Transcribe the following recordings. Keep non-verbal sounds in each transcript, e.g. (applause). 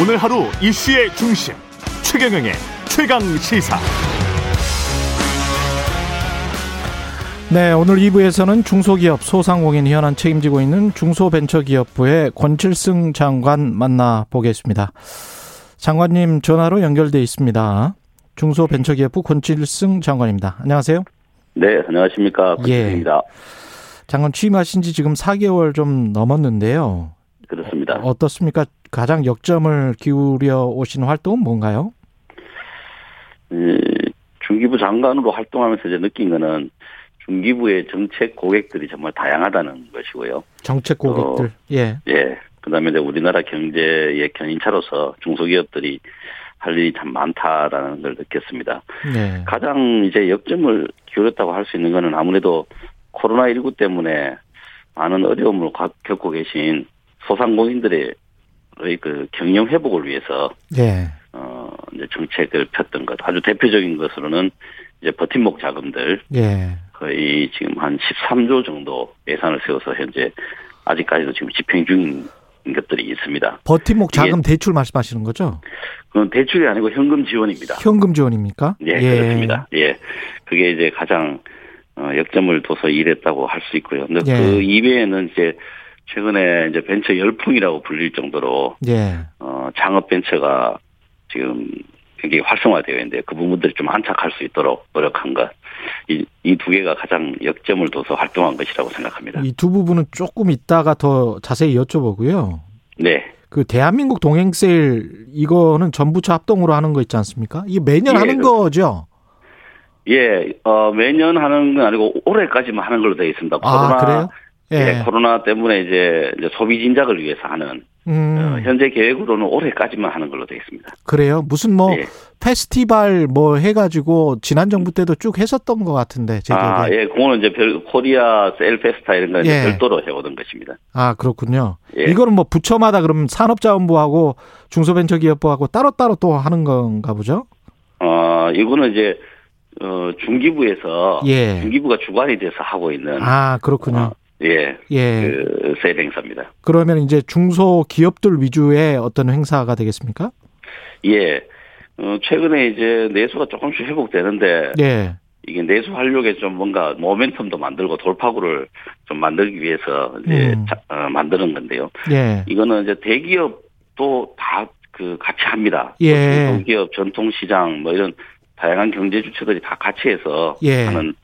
오늘 하루 이슈의 중심 최경영의 최강 시사. 네, 오늘 2부에서는 중소기업 소상공인 현안 책임지고 있는 중소벤처기업부의 권칠승 장관 만나보겠습니다. 장관님 전화로 연결돼 있습니다. 중소벤처기업부 권칠승 장관입니다. 안녕하세요. 네, 안녕하십니까. 예. 권입니다 장관 취임하신 지 지금 4개월 좀 넘었는데요. 그렇습니다. 어떻습니까? 가장 역점을 기울여 오신 활동은 뭔가요? 예, 중기부 장관으로 활동하면서 이제 느낀 거는 중기부의 정책 고객들이 정말 다양하다는 것이고요. 정책 고객들. 예. 예. 그다음에 이제 우리나라 경제의 견인차로서 중소기업들이 할 일이 참 많다라는 걸 느꼈습니다. 네. 가장 이제 역점을 기울였다고 할 수 있는 거는 아무래도 코로나19 때문에 많은 어려움을 과- 겪고 계신 소상공인들의 그 경영 회복을 위해서 예. 어, 이제 정책을 폈던 것. 아주 대표적인 것으로는 이제 버팀목 자금들 예. 거의 지금 한 13조 정도 예산을 세워서 현재 아직까지도 지금 집행 중인 것들이 있습니다. 버팀목 자금 대출 말씀하시는 거죠? 그건 대출이 아니고 현금 지원입니다. 현금 지원입니까? 예, 그렇습니다. 예. 그게 이제 가장 어, 역점을 둬서 일했다고 할 수 있고요. 근데 예. 그 이외에는 이제 최근에 이제 벤처 열풍이라고 불릴 정도로 예. 어, 창업 벤처가 지금 굉장히 활성화되어 있는데 그 부분들이 좀 안착할 수 있도록 노력한 것. 이, 이 두 개가 가장 역점을 둬서 활동한 것이라고 생각합니다. 이 두 부분은 조금 이따가 더 자세히 여쭤보고요. 네. 그 대한민국 동행 세일 이거는 전부처 합동으로 하는 거 있지 않습니까? 이게 매년 예, 하는 그- 거죠. 예, 어, 매년 하는 건 아니고 올해까지만 하는 걸로 되어 있습니다. 아, 그래요? 예, 코로나 때문에 이제, 이제 소비 진작을 위해서 하는, 어, 음, 현재 계획으로는 올해까지만 하는 걸로 되어 있습니다. 그래요. 무슨 뭐 예. 페스티벌 뭐 해가지고 지난 정부 때도 쭉 했었던 것 같은데 제 기억에. 아, 예, 그거는 이제 별, 코리아 셀페스타 이런 건 예. 이제 별도로 해오던 것입니다. 아 그렇군요. 예. 이거는 뭐 부처마다 그럼 산업자원부하고 중소벤처기업부하고 따로따로 또 하는 건가 보죠? 어, 이거는 이제, 어, 중기부에서, 예. 중기부가 어, 주관이 돼서 하고 있는, 아 그렇군요. 어, 예, 예. 그, 세일 행사입니다. 그러면 이제 중소기업들 위주의 어떤 행사가 되겠습니까? 예, 어, 최근에 이제 내수가 조금씩 회복되는데, 예. 이게 내수 활력에 좀 뭔가 모멘텀도 만들고 돌파구를 좀 만들기 위해서 이제 음. 자- 어, 만드는 건데요. 예. 이거는 이제 대기업도 다 그 같이 합니다. 예. 중소기업, 전통시장 뭐 이런 다양한 경제 주체들이 다 같이 해서 예. 하는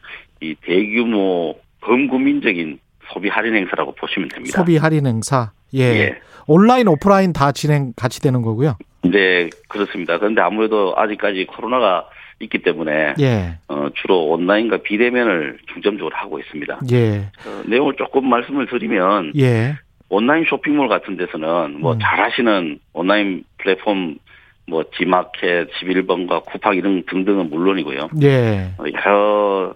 이 대규모 범국민적인 소비 할인 행사라고 보시면 됩니다. 소비 할인 행사. 예. 예. 온라인 오프라인 다 진행 같이 되는 거고요. 네, 그렇습니다. 그런데 아무래도 아직까지 코로나가 있기 때문에 예. 어, 주로 온라인과 비대면을 중점적으로 하고 있습니다. 예. 어, 내용을 조금 말씀을 드리면 예. 온라인 쇼핑몰 같은 데서는 뭐 음. 잘하시는 온라인 플랫폼 뭐 지마켓 11번과 쿠팡 이런 등등은 물론이고요. 예. 어, 여러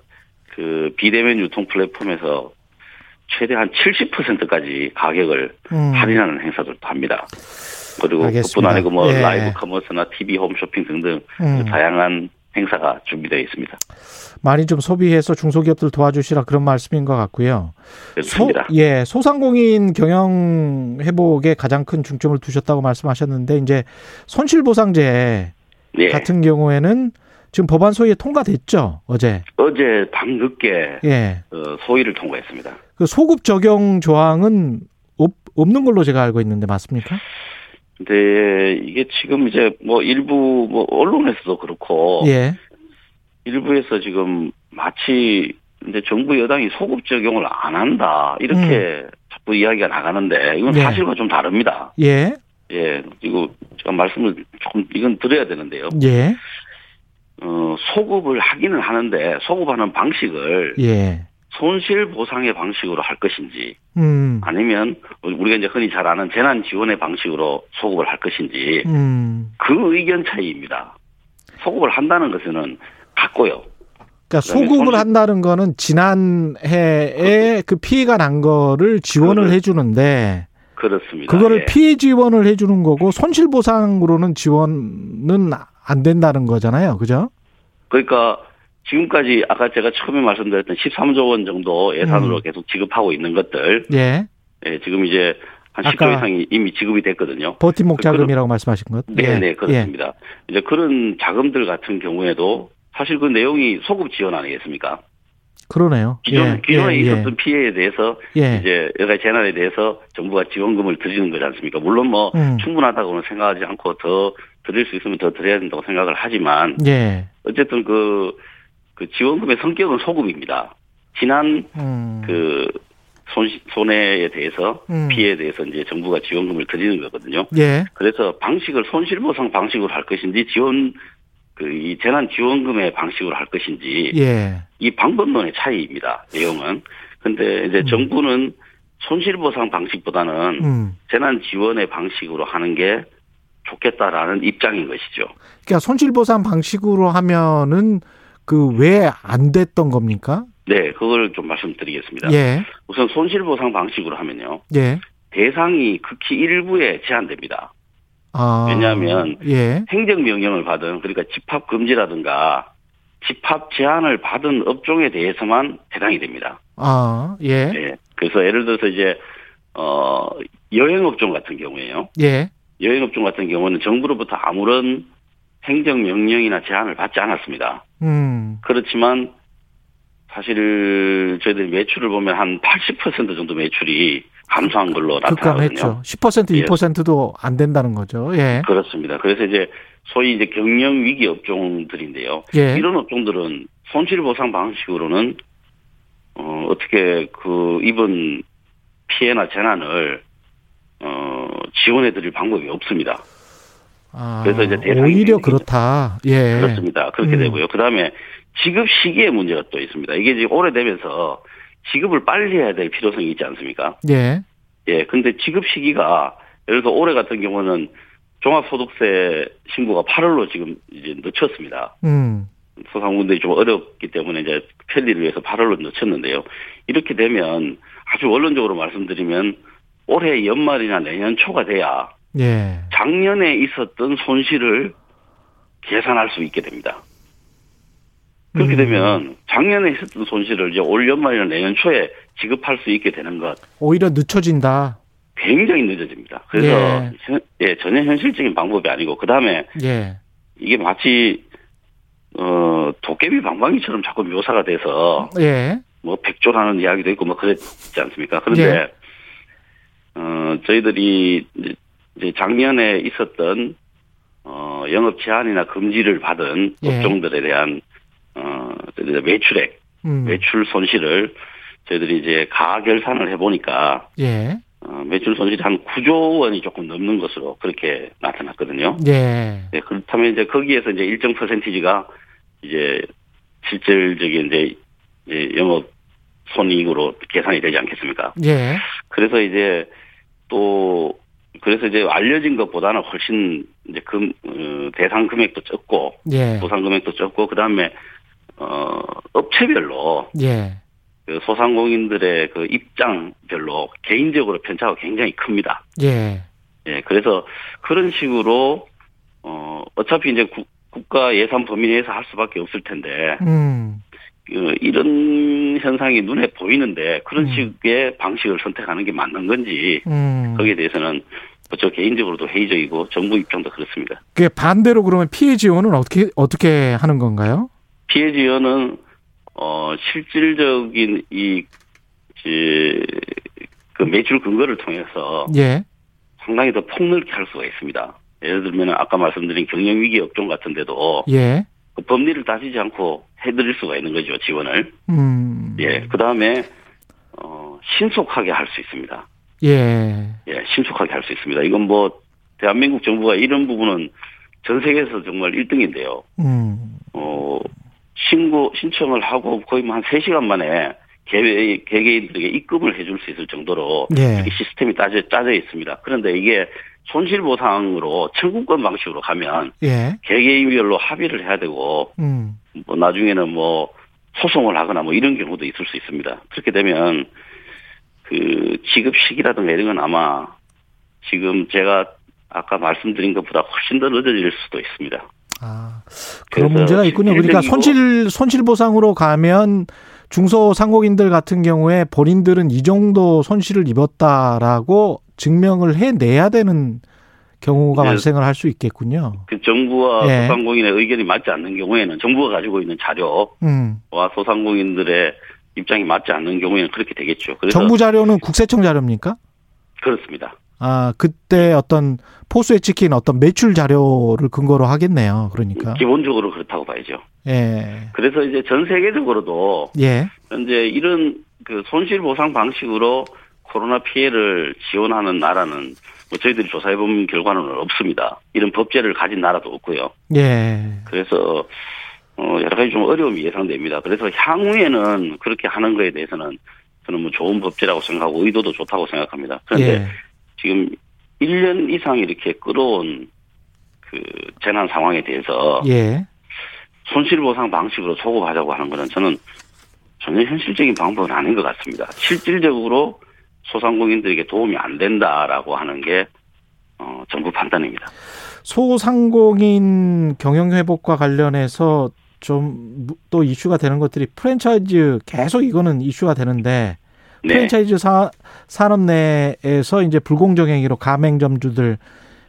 그 비대면 유통 플랫폼에서 최대 한 70%까지 가격을 음. 할인하는 행사들도 합니다. 그리고 알겠습니다. 그뿐 아니고 뭐 예. 라이브 커머스나 TV 홈쇼핑 등등 음. 다양한 행사가 준비되어 있습니다. 많이 좀 소비해서 중소기업들 도와주시라 그런 말씀인 것 같고요. 소, 그렇습니다. 예, 소상공인 경영 회복에 가장 큰 중점을 두셨다고 말씀하셨는데 이제 손실보상제 예. 같은 경우에는 지금 법안 소위에 통과됐죠 어제. 어제 밤늦게 예. 어, 소위를 통과했습니다. 그 소급 적용 조항은 없, 없는 걸로 제가 알고 있는데 맞습니까? 근데 이게 지금 이제 뭐 일부 뭐 언론에서도 그렇고 예. 일부에서 지금 마치 근데 정부 여당이 소급 적용을 안 한다 음. 이렇게 자꾸 이야기가 나가는데 이건 예. 사실과 좀 다릅니다. 예. 예, 이거 제가 말씀을 조금 이건 드려야 되는데요. 예. 어 소급을 하기는 하는데 소급하는 방식을 예. 손실 보상의 방식으로 할 것인지 음. 아니면 우리가 이제 흔히 잘 아는 재난 지원의 방식으로 소급을 할 것인지 음. 그 의견 차이입니다. 소급을 한다는 것은 같고요. 그러니까 네, 소급을 손실- 한다는 거는 지난해에 그 피해가 난 거를 지원을 그거를- 해 주는데 그렇습니다. 그거를 예. 피해 지원을 해 주는 거고 손실 보상으로는 지원은 안 된다는 거잖아요. 그죠? 그러니까 지금까지 아까 제가 처음에 말씀드렸던 13조 원 정도 예산으로 음. 계속 지급하고 있는 것들 예. 예, 지금 이제 한 아까 10조 이상이 이미 지급이 됐거든요. 버팀목 그럼- 자금이라고 말씀하신 것. 네, 네, 예. 그렇습니다. 이제 그런 자금들 같은 경우에도 사실 그 내용이 소급 지원 아니겠습니까? 그러네요. 기존, 예, 기존에 예, 있었던 피해에 대해서 예. 예. 이제 여러 가지 재난에 대해서 정부가 지원금을 드리는 거지 않습니까? 물론 뭐 음. 충분하다고는 생각하지 않고 더 드릴 수 있으면 더 드려야 된다고 생각을 하지만 예. 어쨌든 그, 그 지원금의 성격은 소급입니다. 지난 음. 그 손, 손해에 대해서 음. 피해에 대해서 이제 정부가 지원금을 드리는 거거든요. 예. 그래서 방식을 손실보상 방식으로 할 것인지 지원 그 이 재난 지원금의 방식으로 할 것인지 예. 이 방법론의 차이입니다. 내용은. 근데 이제 음. 정부는 손실보상 방식보다는 음. 재난 지원의 방식으로 하는 게 좋겠다라는 입장인 것이죠. 그러니까 손실보상 방식으로 하면은 그 왜 안 됐던 겁니까? 네, 그걸 좀 말씀드리겠습니다. 예. 우선 손실보상 방식으로 하면요. 예. 대상이 극히 일부에 제한됩니다. 아. 왜냐하면 예. 행정명령을 받은, 그러니까 집합금지라든가 집합 제한을 받은 업종에 대해서만 해당이 됩니다. 아. 예. 예. 그래서 예를 들어서 이제, 어, 여행업종 같은 경우에요. 예. 여행업종 같은 경우는 정부로부터 아무런 행정명령이나 제한을 받지 않았습니다. 음. 그렇지만 사실 저희들 매출을 보면 한 80% 정도 매출이 감소한 걸로 나타나거든요. 급감했죠. 10% 예. 2%도 안 된다는 거죠. 예. 그렇습니다. 그래서 이제 소위 이제 경영 위기 업종들인데요. 예. 이런 업종들은 손실보상 방식으로는 어, 어떻게 그 입은 피해나 재난을 어, 지원해드릴 방법이 없습니다. 아, 그래서 이제 대상이 오히려 되는 거죠. 그렇다. 예. 그렇습니다. 그렇게 음. 되고요. 그 다음에 지급 시기의 문제가 또 있습니다. 이게 이제 오래되면서 지급을 빨리 해야 될 필요성이 있지 않습니까? 예. 예. 근데 지급 시기가 예를 들어 올해 같은 경우는 종합소득세 신고가 8월로 지금 이제 늦췄습니다. 음. 소상공인들이 좀 어렵기 때문에 이제 편리를 위해서 8월로 늦췄는데요. 이렇게 되면 아주 원론적으로 말씀드리면 올해 연말이나 내년 초가 돼야 예. 작년에 있었던 손실을 계산할 수 있게 됩니다. 그렇게 음. 되면 작년에 있었던 손실을 이제 올 연말이나 내년 초에 지급할 수 있게 되는 것 오히려 늦춰진다. 굉장히 늦어집니다. 그래서 예. 현- 예, 전혀 현실적인 방법이 아니고 그 다음에 예. 이게 마치 어 도깨비 방망이처럼 자꾸 묘사가 돼서 예. 뭐 백조라는 이야기도 있고 뭐 그랬지 않습니까? 그런데 어 저희들이 이제- 이제 작년에 있었던 어 영업 제한이나 금지를 받은 예. 업종들에 대한 어 저희들의 매출액, 음. 매출 손실을 저희들이 이제 가결산을 해 보니까 예. 어, 매출 손실이 한 9조 원이 조금 넘는 것으로 그렇게 나타났거든요. 예. 네, 그렇다면 이제 거기에서 이제 일정 퍼센티지가 이제 실질적인 이제, 이제 영업 손익으로 계산이 되지 않겠습니까? 예. 그래서 이제 또 그래서 이제 알려진 것보다는 훨씬 이제 금 어, 대상 금액도 적고 예. 보상 금액도 적고 그 다음에 어 업체별로 예. 그 소상공인들의 그 입장별로 개인적으로 편차가 굉장히 큽니다. 예. 예, 그래서 그런 식으로 어 어차피 이제 국- 국가 예산 범위 내에서 할 수밖에 없을 텐데 음. 그, 이런 현상이 눈에 보이는데 그런 음. 식의 방식을 선택하는 게 맞는 건지 음. 거기에 대해서는 저 개인적으로도 회의적이고 정부 입장도 그렇습니다. 그게 반대로 그러면 피해 지원은 어떻게 어떻게 하는 건가요? 피해 지원은 어 실질적인 이 지- 그 매출 근거를 통해서 예. 상당히 더 폭넓게 할 수가 있습니다. 예를 들면 아까 말씀드린 경영위기 업종 같은 데도 예. 그 법리를 따지지 않고 해드릴 수가 있는 거죠 지원을 음. 예 그다음에 어 신속하게 할 수 있습니다 예. 예 신속하게 할 수 있습니다 이건 뭐 대한민국 정부가 이런 부분은 전 세계에서 정말 1등인데요 음. 어 신고 신청을 하고 거의 뭐한 3시간 만에 개개- 개개인들에게 입금을 해줄 수 있을 정도로 예. 이 시스템이 따져 짜져 있습니다 그런데 이게 손실보상으로 청구권 방식으로 가면 예. 개개인별로 합의를 해야 되고 음. 뭐 나중에는 뭐 소송을 하거나 뭐 이런 경우도 있을 수 있습니다. 그렇게 되면 그 지급 시기라든가 이런 건 아마 지금 제가 아까 말씀드린 것보다 훨씬 더 늦어질 수도 있습니다. 아, 그런 그래서 문제가 있군요. 그러니까 일반적으로- 손실 손실 보상으로 가면 중소상공인들 같은 경우에 본인들은 이 정도 손실을 입었다라고 증명을 해내야 되는 경우가 네. 발생을 할 수 있겠군요. 그 정부와 예. 소상공인의 의견이 맞지 않는 경우에는 정부가 가지고 있는 자료와 음. 소상공인들의 입장이 맞지 않는 경우에는 그렇게 되겠죠. 그래서 정부 자료는 국세청 자료입니까? 그렇습니다. 아, 그때 어떤 포수에 찍힌 어떤 매출 자료를 근거로 하겠네요. 그러니까. 기본적으로 그렇다고 봐야죠. 예. 그래서 이제 전 세계적으로도 예. 현재 이런 그 손실 보상 방식으로 코로나 피해를 지원하는 나라는 뭐 저희들이 조사해 본 결과는 없습니다. 이런 법제를 가진 나라도 없고요. 예. 그래서 어 여러 가지 좀 어려움이 예상됩니다. 그래서 향후에는 그렇게 하는 거에 대해서는 저는 뭐 좋은 법제라고 생각하고 의도도 좋다고 생각합니다. 그런데 예. 지금 1년 이상 이렇게 끌어온 그 재난 상황에 대해서 예. 손실보상 방식으로 소급하자고 하는 거는 저는 전혀 현실적인 방법은 아닌 것 같습니다. 실질적으로 소상공인들에게 도움이 안 된다라고 하는 게 어, 정부 판단입니다. 소상공인 경영 회복과 관련해서 좀 또 이슈가 되는 것들이 프랜차이즈 계속 이거는 이슈가 되는데 네, 프랜차이즈 사, 산업 내에서 이제 불공정 행위로 가맹점주들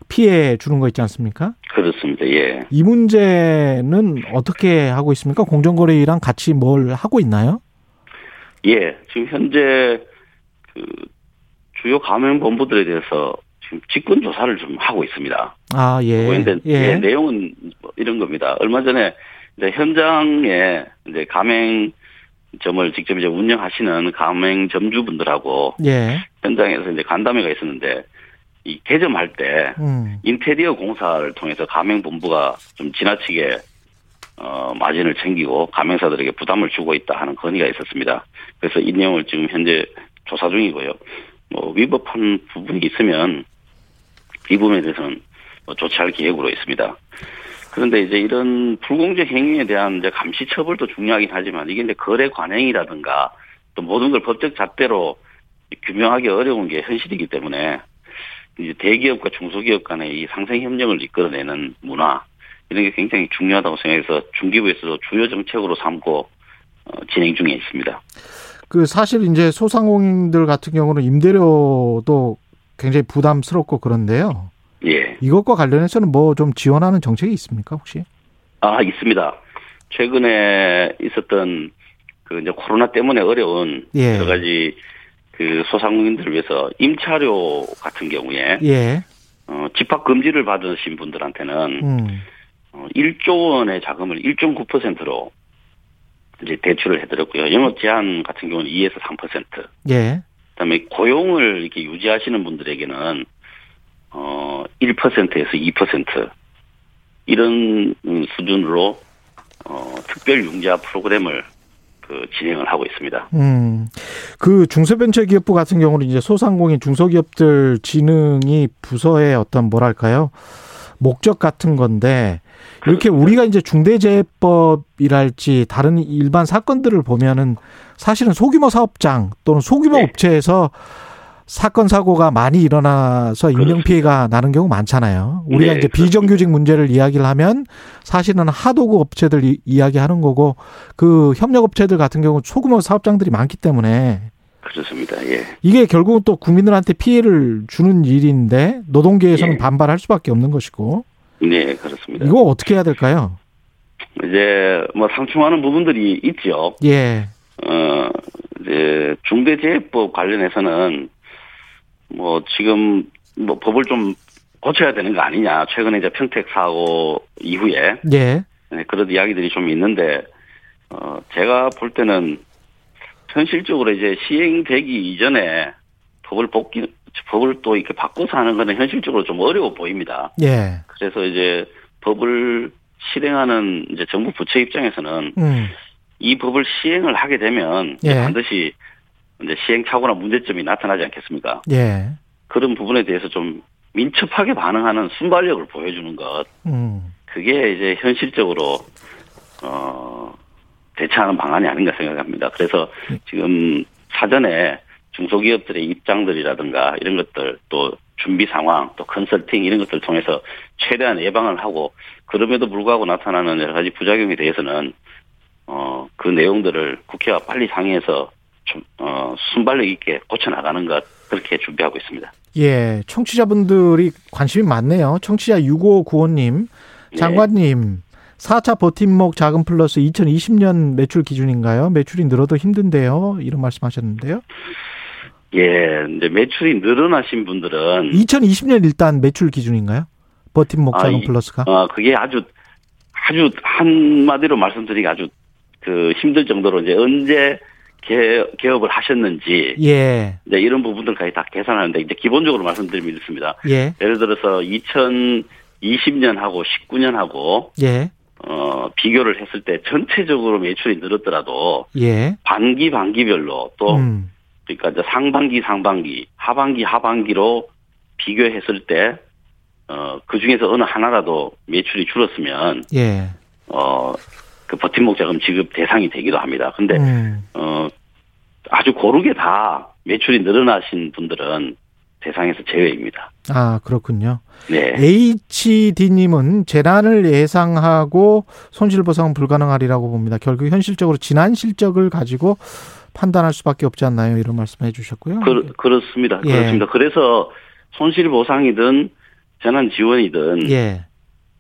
피해 주는 거 있지 않습니까? 그렇습니다. 예. 이 문제는 어떻게 하고 있습니까? 공정거래랑 같이 뭘 하고 있나요? 예, 지금 현재 그 주요 가맹 본부들에 대해서 지금 직권 조사를 좀 하고 있습니다. 아, 예. 하고 있는데 예. 예, 내용은 뭐 이런 겁니다. 얼마 전에 이제 현장에 이제 가맹점을 직접 이제 운영하시는 가맹점주분들하고 예. 현장에서 이제 간담회가 있었는데 이 개점할 때 음. 인테리어 공사를 통해서 가맹 본부가 좀 지나치게 어, 마진을 챙기고 가맹사들에게 부담을 주고 있다 하는 건의가 있었습니다. 그래서 이 내용을 지금 현재 조사 중이고요. 뭐 위법한 부분이 있으면 이 부분에 대해서는 뭐 조치할 계획으로 있습니다. 그런데 이제 이런 불공정 행위에 대한 이제 감시 처벌도 중요하긴 하지만 이게 이제 거래 관행이라든가 또 모든 걸 법적 잣대로 규명하기 어려운 게 현실이기 때문에 이제 대기업과 중소기업 간의 이 상생 협력을 이끌어내는 문화 이런 게 굉장히 중요하다고 생각해서 중기부에서도 주요 정책으로 삼고 어, 진행 중에 있습니다. 그 사실 이제 소상공인들 같은 경우는 임대료도 굉장히 부담스럽고 그런데요. 예, 이것과 관련해서는 뭐 좀 지원하는 정책이 있습니까 혹시? 아 있습니다. 최근에 있었던 그 이제 코로나 때문에 어려운 예. 여러 가지 그 소상공인들을 위해서 임차료 같은 경우에 예. 어, 집합 금지를 받으신 분들한테는 음. 어, 1조 원의 자금을 1.9%로 이제 대출을 해드렸고요. 영업 제한 같은 경우는 2에서 3%. 예. 그다음에 고용을 이렇게 유지하시는 분들에게는 어 1%에서 2% 이런 음, 수준으로 어 특별 융자 프로그램을 그 진행을 하고 있습니다. 음. 그 중소벤처기업부 같은 경우는 이제 소상공인 중소기업들 진흥이 부서의 어떤 뭐랄까요? 목적 같은 건데 이렇게 우리가 이제 중대재해법이랄지 다른 일반 사건들을 보면은 사실은 소규모 사업장 또는 소규모 네. 업체에서 사건 사고가 많이 일어나서 인명 피해가 나는 경우 많잖아요. 우리가 네, 이제 그렇습니다. 비정규직 문제를 이야기를 하면 사실은 하도급 업체들 이, 이야기하는 거고 그 협력 업체들 같은 경우 소규모 사업장들이 많기 때문에 그렇습니다. 예. 이게 결국은 또 국민들한테 피해를 주는 일인데 노동계에서는 예. 반발할 수밖에 없는 것이고 네, 그렇습니다. 이거 어떻게 해야 될까요? 이제 뭐 상충하는 부분들이 있죠. 예, 어 이제 중대재해법 관련해서는 뭐 지금 뭐 법을 좀 고쳐야 되는 거 아니냐. 최근에 이제 평택 사고 이후에 예, 네, 그런 이야기들이 좀 있는데, 어, 제가 볼 때는 현실적으로 이제 시행되기 이전에 법을 복기, 법을 또 이렇게 바꿔서 하는 거는 현실적으로 좀 어려워 보입니다. 예, 그래서 이제 법을 실행하는 이제 정부 부처 입장에서는 음, 이 법을 시행을 하게 되면 예. 반드시 이제 시행착오나 문제점이 나타나지 않겠습니까? 예, 그런 부분에 대해서 좀 민첩하게 반응하는 순발력을 보여주는 것, 음, 그게 이제 현실적으로 어 대처하는 방안이 아닌가 생각합니다. 그래서 지금 사전에 중소기업들의 입장들이라든가 이런 것들 또 준비 상황 또 컨설팅 이런 것들 을 통해서 최대한 예방을 하고 그럼에도 불구하고 나타나는 여러 가지 부작용에 대해서는 어 그 내용들을 국회와 빨리 상의해서 좀, 어 순발력 있게 고쳐 나가는 것 그렇게 준비하고 있습니다. 예, 청취자분들이 관심이 많네요. 청취자 6595님, 네. 장관님, 4차 버팀목 자금 플러스 2020년 매출 기준인가요? 매출이 늘어도 힘든데요. 이런 말씀하셨는데요. 예, 이제 매출이 늘어나신 분들은 2020년 일단 매출 기준인가요? 버팀목 예. 아, 자금 이- 플러스가? 어, 그게 아주 아주 한마디로 말씀드리기 아주 그 힘들 정도로 이제 언제 개, 개업을 하셨는지 예, 이제 이런 부분들까지 다 계산하는데 이제 기본적으로 말씀드리면 이렇습니다. 예, 예를 들어서 2020년하고 19년하고 예, 어, 비교를 했을 때 전체적으로 매출이 늘었더라도 예. 반기 반기별로 또 음, 그러니까 이제 상반기 상반기 하반기 하반기로 비교했을 때 어, 그 중에서 어느 하나라도 매출이 줄었으면 예. 어, 그 버팀목 자금 지급 대상이 되기도 합니다. 근데 음, 어, 아주 고르게 다 매출이 늘어나신 분들은 대상에서 제외입니다. 아, 그렇군요. 네. 예. HD님은 재난을 예상하고 손실보상은 불가능하리라고 봅니다. 결국 현실적으로 지난 실적을 가지고 판단할 수밖에 없지 않나요? 이런 말씀해 주셨고요. 그, 그렇습니다. 예. 그렇습니다. 그래서 손실 보상이든 재난 지원이든 예.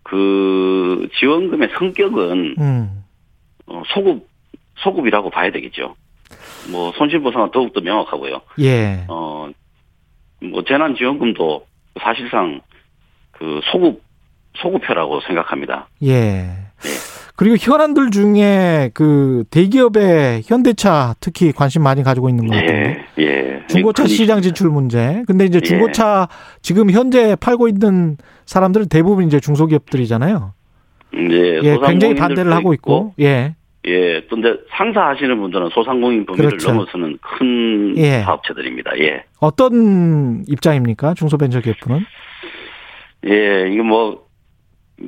그 지원금의 성격은 음. 어, 소급 소급이라고 봐야 되겠죠. 뭐 손실 보상은 더욱더 명확하고요. 예. 어, 뭐 재난 지원금도 사실상 그 소급 소급표라고 생각합니다. 예. 그리고 현안들 중에 그 대기업의 현대차 특히 관심 많이 가지고 있는 것 같은데. 예, 예. 음, 네. 중고차 그러니까 시장 진출 문제. 근데 이제 예. 중고차 지금 현재 팔고 있는 사람들은 대부분 이제 중소기업들이잖아요. 이제 예, 굉장히 네, 소상공인들도 반대를 하고 있고. 예. 예, 또 이제 상사하시는 분들은 소상공인 범위를 그렇죠. 넘어서는 큰 예. 사업체들입니다. 예. 어떤 입장입니까? 중소벤처기업부는? 예, 이게 뭐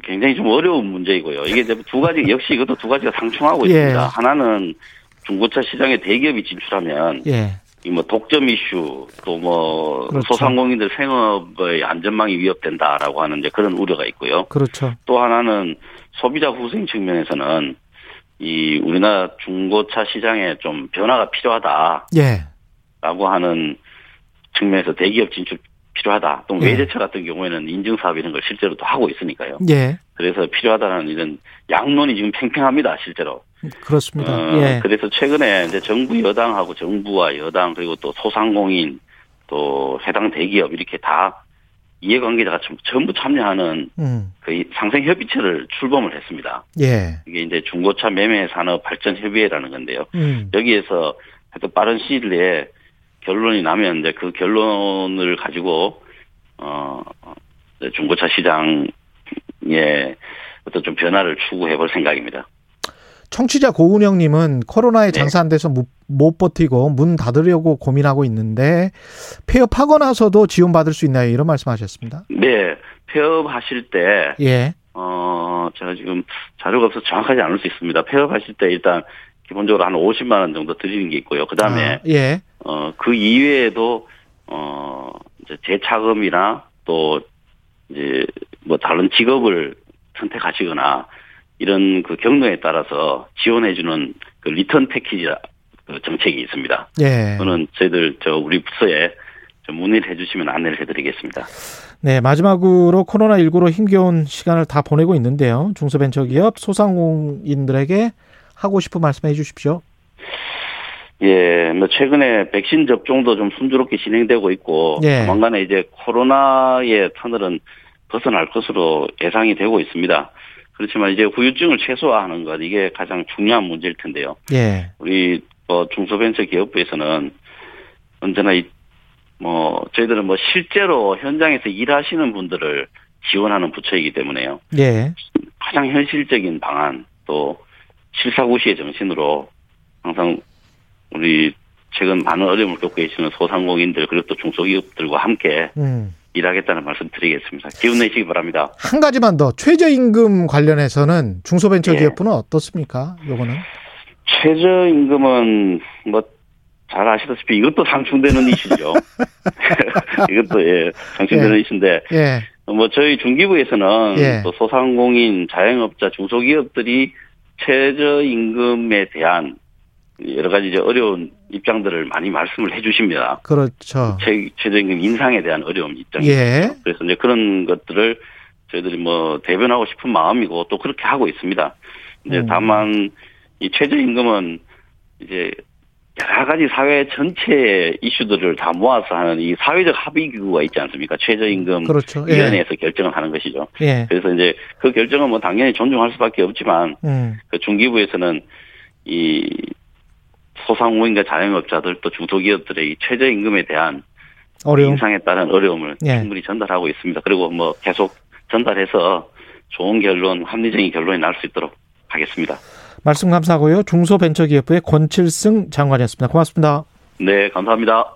굉장히 좀 어려운 문제이고요. 이게 이제 두 가지 역시 이것도 두 가지가 상충하고 예. 있습니다. 하나는 중고차 시장에 대기업이 진출하면 예. 이 뭐 독점 이슈 또 뭐 그렇죠. 소상공인들 생업의 안전망이 위협된다라고 하는 이제 그런 우려가 있고요. 그렇죠. 또 하나는 소비자 후생 측면에서는 이 우리나라 중고차 시장에 좀 변화가 필요하다라고 예. 하는 측면에서 대기업 진출 필요하다. 또 예. 외제차 같은 경우에는 인증 사업 이런 걸 실제로 또 하고 있으니까요. 예. 그래서 필요하다는 이런 양론이 지금 팽팽합니다, 실제로. 그렇습니다. 어, 예. 그래서 최근에 이제 정부 여당하고 정부와 여당 그리고 또 소상공인 또 해당 대기업 이렇게 다 이해관계자가 전- 전부 참여하는 음. 그 상생협의체를 출범을 했습니다. 예. 이게 이제 중고차 매매 산업 발전 협의회라는 건데요. 음. 여기에서 하여튼 빠른 시일 내에 결론이 나면 이제 그 결론을 가지고 어 이제 중고차 시장에 어떤 좀 변화를 추구해 볼 생각입니다. 청취자 고은영 님은 코로나에 네. 장사 안 돼서 무- 못 버티고 문 닫으려고 고민하고 있는데 폐업하고 나서도 지원 받을 수 있나요? 이런 말씀하셨습니다. 네, 폐업하실 때 예. 어, 제가 지금 자료가 없어서 정확하지 않을 수 있습니다. 폐업하실 때 일단 기본적으로 한 50만 원 정도 드리는 게 있고요. 그다음에 아, 예. 어, 그 이외에도 어, 이제 재차금이나 또 이제 뭐 다른 직업을 선택하시거나 이런 그 경로에 따라서 지원해 주는 그 리턴 패키지 그 정책이 있습니다. 예. 저는 저희들 저 우리 부서에 좀 문의를 해 주시면 안내를 해 드리겠습니다. 네, 마지막으로 코로나19로 힘겨운 시간을 다 보내고 있는데요. 중소벤처기업 소상공인들에게 하고 싶은 말씀해 주십시오. 예, 뭐 최근에 백신 접종도 좀 순조롭게 진행되고 있고 예. 조만간에 이제 코로나의 터널은 벗어날 것으로 예상이 되고 있습니다. 그렇지만 이제 후유증을 최소화하는 것 이게 가장 중요한 문제일 텐데요. 예. 우리 뭐 중소벤처기업부에서는 언제나 이 뭐 저희들은 뭐 실제로 현장에서 일하시는 분들을 지원하는 부처이기 때문에요. 예. 가장 현실적인 방안 또 실사구시의 정신으로 항상 우리 최근 많은 어려움을 겪고 계시는 소상공인들 그리고 또 중소기업들과 함께 음. 일하겠다는 말씀 드리겠습니다. 기운 내시기 바랍니다. 한 가지만 더 최저임금 관련해서는 예. 중소벤처기업부는 어떻습니까? 요거는 최저임금은 뭐 잘 아시다시피 이것도 상충되는 (laughs) 이슈죠. 이것도 예 상충되는 이슈인데 예, 뭐 저희 중기부에서는 예. 또 소상공인, 자영업자, 중소기업들이 최저임금에 대한 여러 가지 이제 어려운 입장들을 많이 말씀을 해주십니다. 그렇죠. 최, 최저임금 인상에 대한 어려운 입장. 예. 그래서 이제 그런 것들을 저희들이 뭐 대변하고 싶은 마음이고 또 그렇게 하고 있습니다. 이제 음. 다만 이 최저임금은 이제 여러 가지 사회 전체의 이슈들을 다 모아서 하는 이 사회적 합의 기구가 있지 않습니까? 최저임금 그렇죠. 예. 위원회에서 결정을 하는 것이죠. 예. 그래서 이제 그 결정은 뭐 당연히 존중할 수밖에 없지만 음. 그 중기부에서는 이 소상공인과 자영업자들 또 중소기업들의 이 최저임금에 대한 어려움. 인상에 따른 어려움을 예. 충분히 전달하고 있습니다. 그리고 뭐 계속 전달해서 좋은 결론, 합리적인 결론이 날 수 있도록 하겠습니다. 말씀 감사하고요. 중소벤처기업부의 권칠승 장관이었습니다. 고맙습니다. 네, 감사합니다.